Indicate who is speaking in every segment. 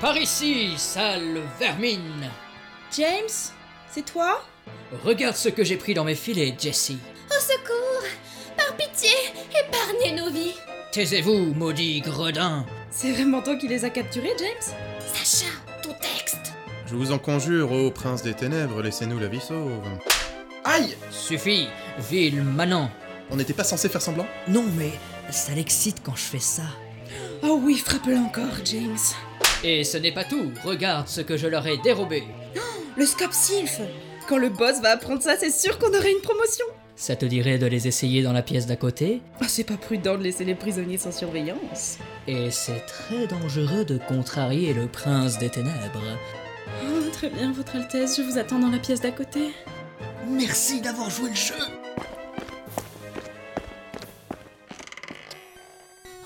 Speaker 1: Par ici, sale vermine
Speaker 2: James C'est toi
Speaker 1: Regarde ce que j'ai pris dans mes filets, Jessie.
Speaker 3: Au secours Par pitié, épargnez nos vies
Speaker 1: Taisez-vous, maudit gredin
Speaker 2: C'est vraiment toi qui les as capturés, James
Speaker 3: Sacha, ton texte
Speaker 4: Je vous en conjure, ô prince des ténèbres, laissez-nous la vie sauve. Aïe
Speaker 1: Suffit, vil manant
Speaker 4: On n'était pas censé faire semblant
Speaker 5: Non, mais ça l'excite quand je fais ça.
Speaker 2: Oh oui, frappe-le encore, James
Speaker 1: Et ce n'est pas tout, regarde ce que je leur ai dérobé.
Speaker 2: Le scope sylph Quand le boss va apprendre ça, c'est sûr qu'on aurait une promotion
Speaker 1: Ça te dirait de les essayer dans la pièce d'à côté
Speaker 2: Ah, C'est pas prudent de laisser les prisonniers sans surveillance
Speaker 1: Et c'est très dangereux de contrarier le prince des ténèbres.
Speaker 2: Oh, très bien, Votre Altesse, je vous attends dans la pièce d'à côté.
Speaker 5: Merci d'avoir joué le jeu.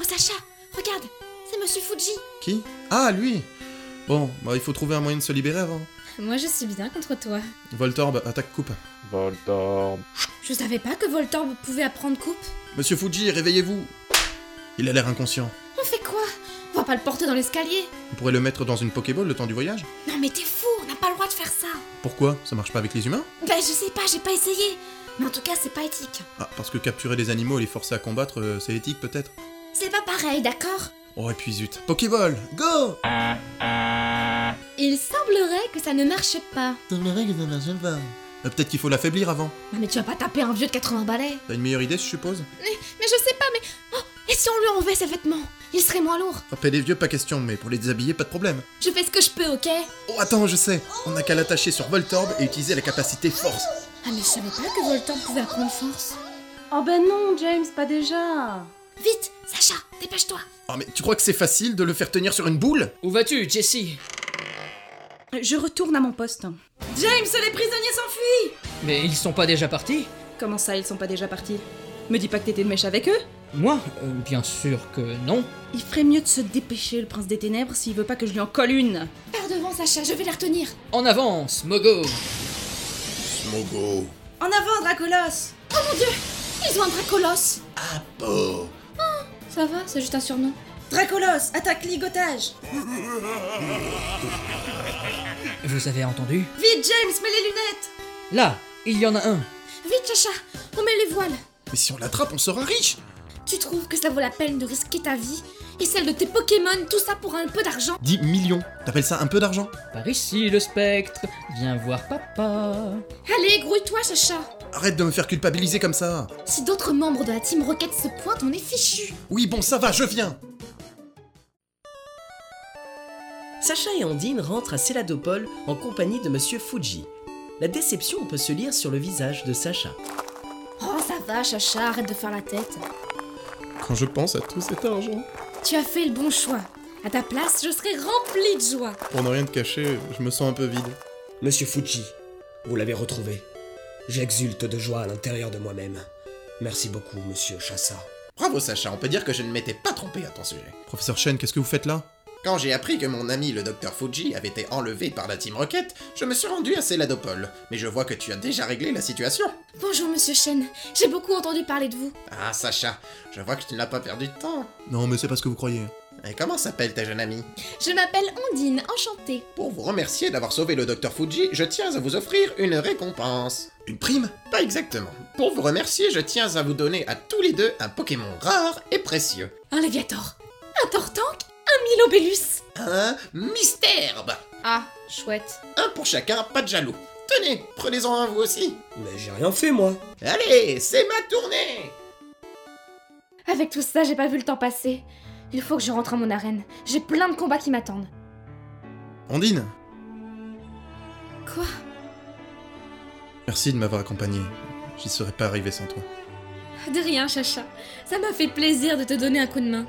Speaker 3: Oh Sacha, regarde C'est Monsieur Fuji
Speaker 4: Qui Ah, lui Bon, bah, il faut trouver un moyen de se libérer avant.
Speaker 3: Moi je suis bien contre toi.
Speaker 4: Voltorb, attaque coupe.
Speaker 6: Voldorb.
Speaker 3: Je savais pas que Voltorb pouvait apprendre coupe.
Speaker 4: Monsieur Fuji, réveillez-vous Il a l'air inconscient.
Speaker 3: On fait quoi On va pas le porter dans l'escalier
Speaker 4: On pourrait le mettre dans une Pokéball le temps du voyage
Speaker 3: Non mais t'es fou, on n'a pas le droit de faire ça
Speaker 4: Pourquoi Ça marche pas avec les humains
Speaker 3: Ben je sais pas, j'ai pas essayé Mais en tout cas, c'est pas éthique.
Speaker 4: Ah, parce que capturer des animaux et les forcer à combattre, euh, c'est éthique peut-être
Speaker 3: C'est pas pareil, d'accord
Speaker 4: Oh, et puis zut. Pokéball Go
Speaker 3: Il semblerait que ça ne marche pas.
Speaker 4: Euh, Peut-être qu'il faut l'affaiblir avant.
Speaker 3: Non mais tu vas pas taper un vieux de 80 balais
Speaker 4: T'as une meilleure idée, je suppose
Speaker 3: Mais je sais pas, mais... Oh Et si on lui enlevait ses vêtements Il serait moins lourd.
Speaker 4: Frapper les vieux, pas question, mais pour les déshabiller, pas de problème.
Speaker 3: Je fais ce que je peux, ok Ah,
Speaker 4: Oh, attends, je sais On n'a qu'à l'attacher sur Voltorb et utiliser la capacité Force.
Speaker 3: Ah mais je savais pas que Voltorb pouvait apprendre force.
Speaker 2: Oh ben non, James, pas déjà
Speaker 3: Vite, Sacha, dépêche-toi
Speaker 4: Oh, mais tu crois que c'est facile de le faire tenir sur une boule
Speaker 1: Où vas-tu, Jessie
Speaker 2: Je retourne à mon poste. James, les prisonniers s'enfuient
Speaker 1: Mais ils sont pas déjà partis
Speaker 2: Comment ça, ils sont pas déjà partis Me dis pas que t'étais de mèche avec eux
Speaker 1: Moi Euh, Bien sûr que non.
Speaker 2: Il ferait mieux de se dépêcher, le prince des ténèbres, s'il veut pas que je lui en colle une
Speaker 3: Par devant, Sacha, je vais la retenir
Speaker 1: En avance, Mogo
Speaker 4: Mogo
Speaker 2: En avant, Dracolos
Speaker 3: Ils ont un Dracolos
Speaker 4: Oh
Speaker 3: Ça va, c'est juste un surnom.
Speaker 2: Dracolos, attaque ligotage
Speaker 1: Vous avez entendu
Speaker 2: Vite, James, mets les lunettes
Speaker 1: Là, il y en a un.
Speaker 3: Vite, Sacha, on met les voiles
Speaker 4: Mais si on l'attrape, on sera riche
Speaker 3: Tu trouves que ça vaut la peine de risquer ta vie et celle de tes Pokémon, tout ça pour un peu d'argent
Speaker 4: 10 millions T'appelles ça un peu d'argent
Speaker 1: Par ici, le spectre. Viens voir papa.
Speaker 3: Allez, grouille-toi, Sacha
Speaker 4: Arrête de me faire culpabiliser comme ça
Speaker 3: Si d'autres membres de la Team Rocket se pointent, on est fichu
Speaker 4: Oui, bon, ça va, je viens
Speaker 5: Sacha et Andine rentrent à Céladopole en compagnie de Monsieur Fuji. La déception peut se lire sur le visage de Sacha.
Speaker 3: Oh, ça va, Sacha, arrête de faire la tête.
Speaker 4: Quand je pense à tout cet argent...
Speaker 3: Tu as fait le bon choix. À ta place, je serais remplie de joie.
Speaker 4: Pour ne rien te cacher, je me sens un peu vide.
Speaker 7: Monsieur Fuji, vous l'avez retrouvé. J'exulte de joie à l'intérieur de moi-même. Merci beaucoup, monsieur Chassa.
Speaker 8: Bravo Sacha, on peut dire que je ne m'étais pas trompé à ton sujet.
Speaker 4: Professeur Shen, qu'est-ce que vous faites là
Speaker 8: Quand j'ai appris que mon ami le docteur Fuji avait été enlevé par la Team Rocket, je me suis rendu à Céladopole, mais je vois que tu as déjà réglé la situation.
Speaker 3: Bonjour, monsieur Shen. J'ai beaucoup entendu parler de vous.
Speaker 8: Ah Sacha, je vois que tu n'as pas perdu de temps.
Speaker 4: Non, mais c'est pas ce que vous croyez.
Speaker 8: Et comment s'appelle ta jeune amie
Speaker 3: Je m'appelle Ondine, enchantée.
Speaker 8: Pour vous remercier d'avoir sauvé le docteur Fuji, je tiens à vous offrir une récompense.
Speaker 4: Une prime
Speaker 8: Pas exactement. Pour vous remercier, je tiens à vous donner à tous les deux un Pokémon rare et précieux.
Speaker 3: Un Léviator. Un Tortank. Un Milobélus.
Speaker 8: Un Mystère
Speaker 3: Ah, chouette.
Speaker 8: Un pour chacun, pas de jaloux. Tenez, prenez-en un vous aussi.
Speaker 7: Mais j'ai rien fait, moi.
Speaker 8: Allez, c'est ma tournée
Speaker 3: Avec tout ça, j'ai pas vu le temps passer. Il faut que je rentre à mon arène. J'ai plein de combats qui m'attendent.
Speaker 4: Ondine
Speaker 3: Quoi
Speaker 4: Merci de m'avoir accompagné. J'y serais pas arrivé sans toi.
Speaker 3: De rien, Chacha. Ça m'a fait plaisir de te donner un coup de main.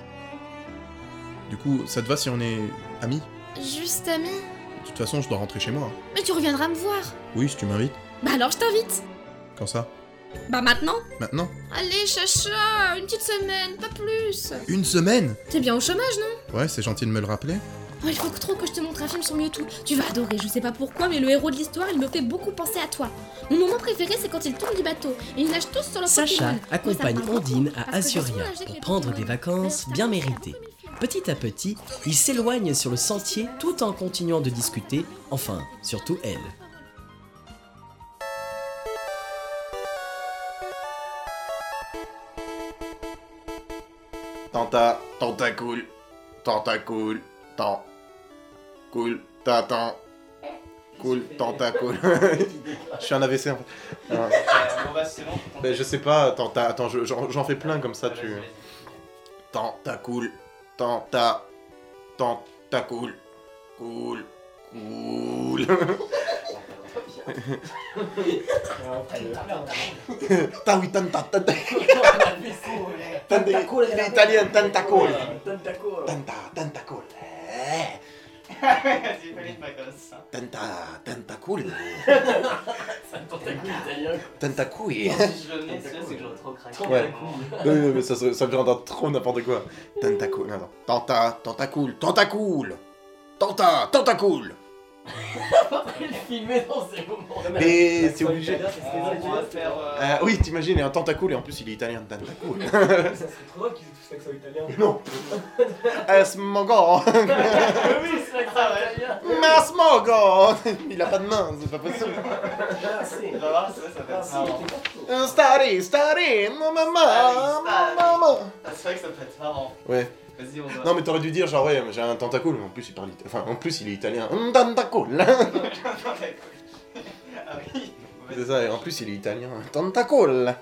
Speaker 4: Du coup, ça te va si on est amis
Speaker 3: Juste ami
Speaker 4: De toute façon, je dois rentrer chez moi.
Speaker 3: Mais tu reviendras me voir.
Speaker 4: Oui, si tu m'invites.
Speaker 3: Bah alors, je t'invite.
Speaker 4: Quand ça
Speaker 3: Bah maintenant.
Speaker 4: Maintenant
Speaker 3: Allez, Chacha, une petite semaine, pas plus.
Speaker 4: Une semaine
Speaker 3: T'es bien au chômage, non
Speaker 4: Ouais, c'est gentil de me le rappeler.
Speaker 3: Oh, il faut que trop que je te montre un film sur Mewtwo. Tu vas adorer, je sais pas pourquoi, mais le héros de l'histoire, il me fait beaucoup penser à toi. Mon moment préféré, c'est quand il tombe du bateau et ils nagent tous sur leur
Speaker 5: Sacha
Speaker 3: Pokémon.
Speaker 5: accompagne
Speaker 3: Moi, ça me parle
Speaker 5: Ondine
Speaker 3: beaucoup,
Speaker 5: à
Speaker 3: parce que je suis
Speaker 5: Azuria
Speaker 3: soulagée que
Speaker 5: pour
Speaker 3: les
Speaker 5: prendre
Speaker 3: Pokémon
Speaker 5: des vacances
Speaker 3: restent
Speaker 5: bien
Speaker 3: amoureux
Speaker 5: méritées.
Speaker 3: comme il faut.
Speaker 5: Petit à petit, ils s'éloignent sur le sentier tout en continuant de discuter, enfin, surtout elle.
Speaker 8: Tenta, tentacule, tentacule, tant. Cool, t'attends. Cool, tentacule. je suis un AVC en fait. Ah. Ben, je sais pas, tenta, attends, je- j'en j'en fais plein comme ça, tu. Tentacule, tenta, tentacule, cool, cool. T'as oui, tenta, tenta. Tentacule, l'italien, tentacule. Tenta, tentacule. Tenta, tentacule. Tentacule. Ouais. Non, non, mais ça, ça, ça me fait entendre trop n'importe quoi. Tentacule, non, non. Tenta, tentacule, tentacule. Tenta, tentacule. Mais c'est obligé. Euh, oui, t'imagines, et un tentacule, et en plus il est italien, tentacule.
Speaker 6: Ça serait trop drôle qu'ils aient tous l'accent italien.
Speaker 8: Non. Euh, Asmogo.
Speaker 6: oui, c'est vrai
Speaker 8: Masmogo. Il a pas de main, c'est pas possible. Euh, Starry, starry, ma maman, ma maman. Ouais. Non mais t'aurais dû dire genre ouais j'ai un tentacule mais en plus il parle ita- enfin en plus il est italien Un tentacule
Speaker 5: Ah
Speaker 8: c'est ça et en plus il est italien Un tentacule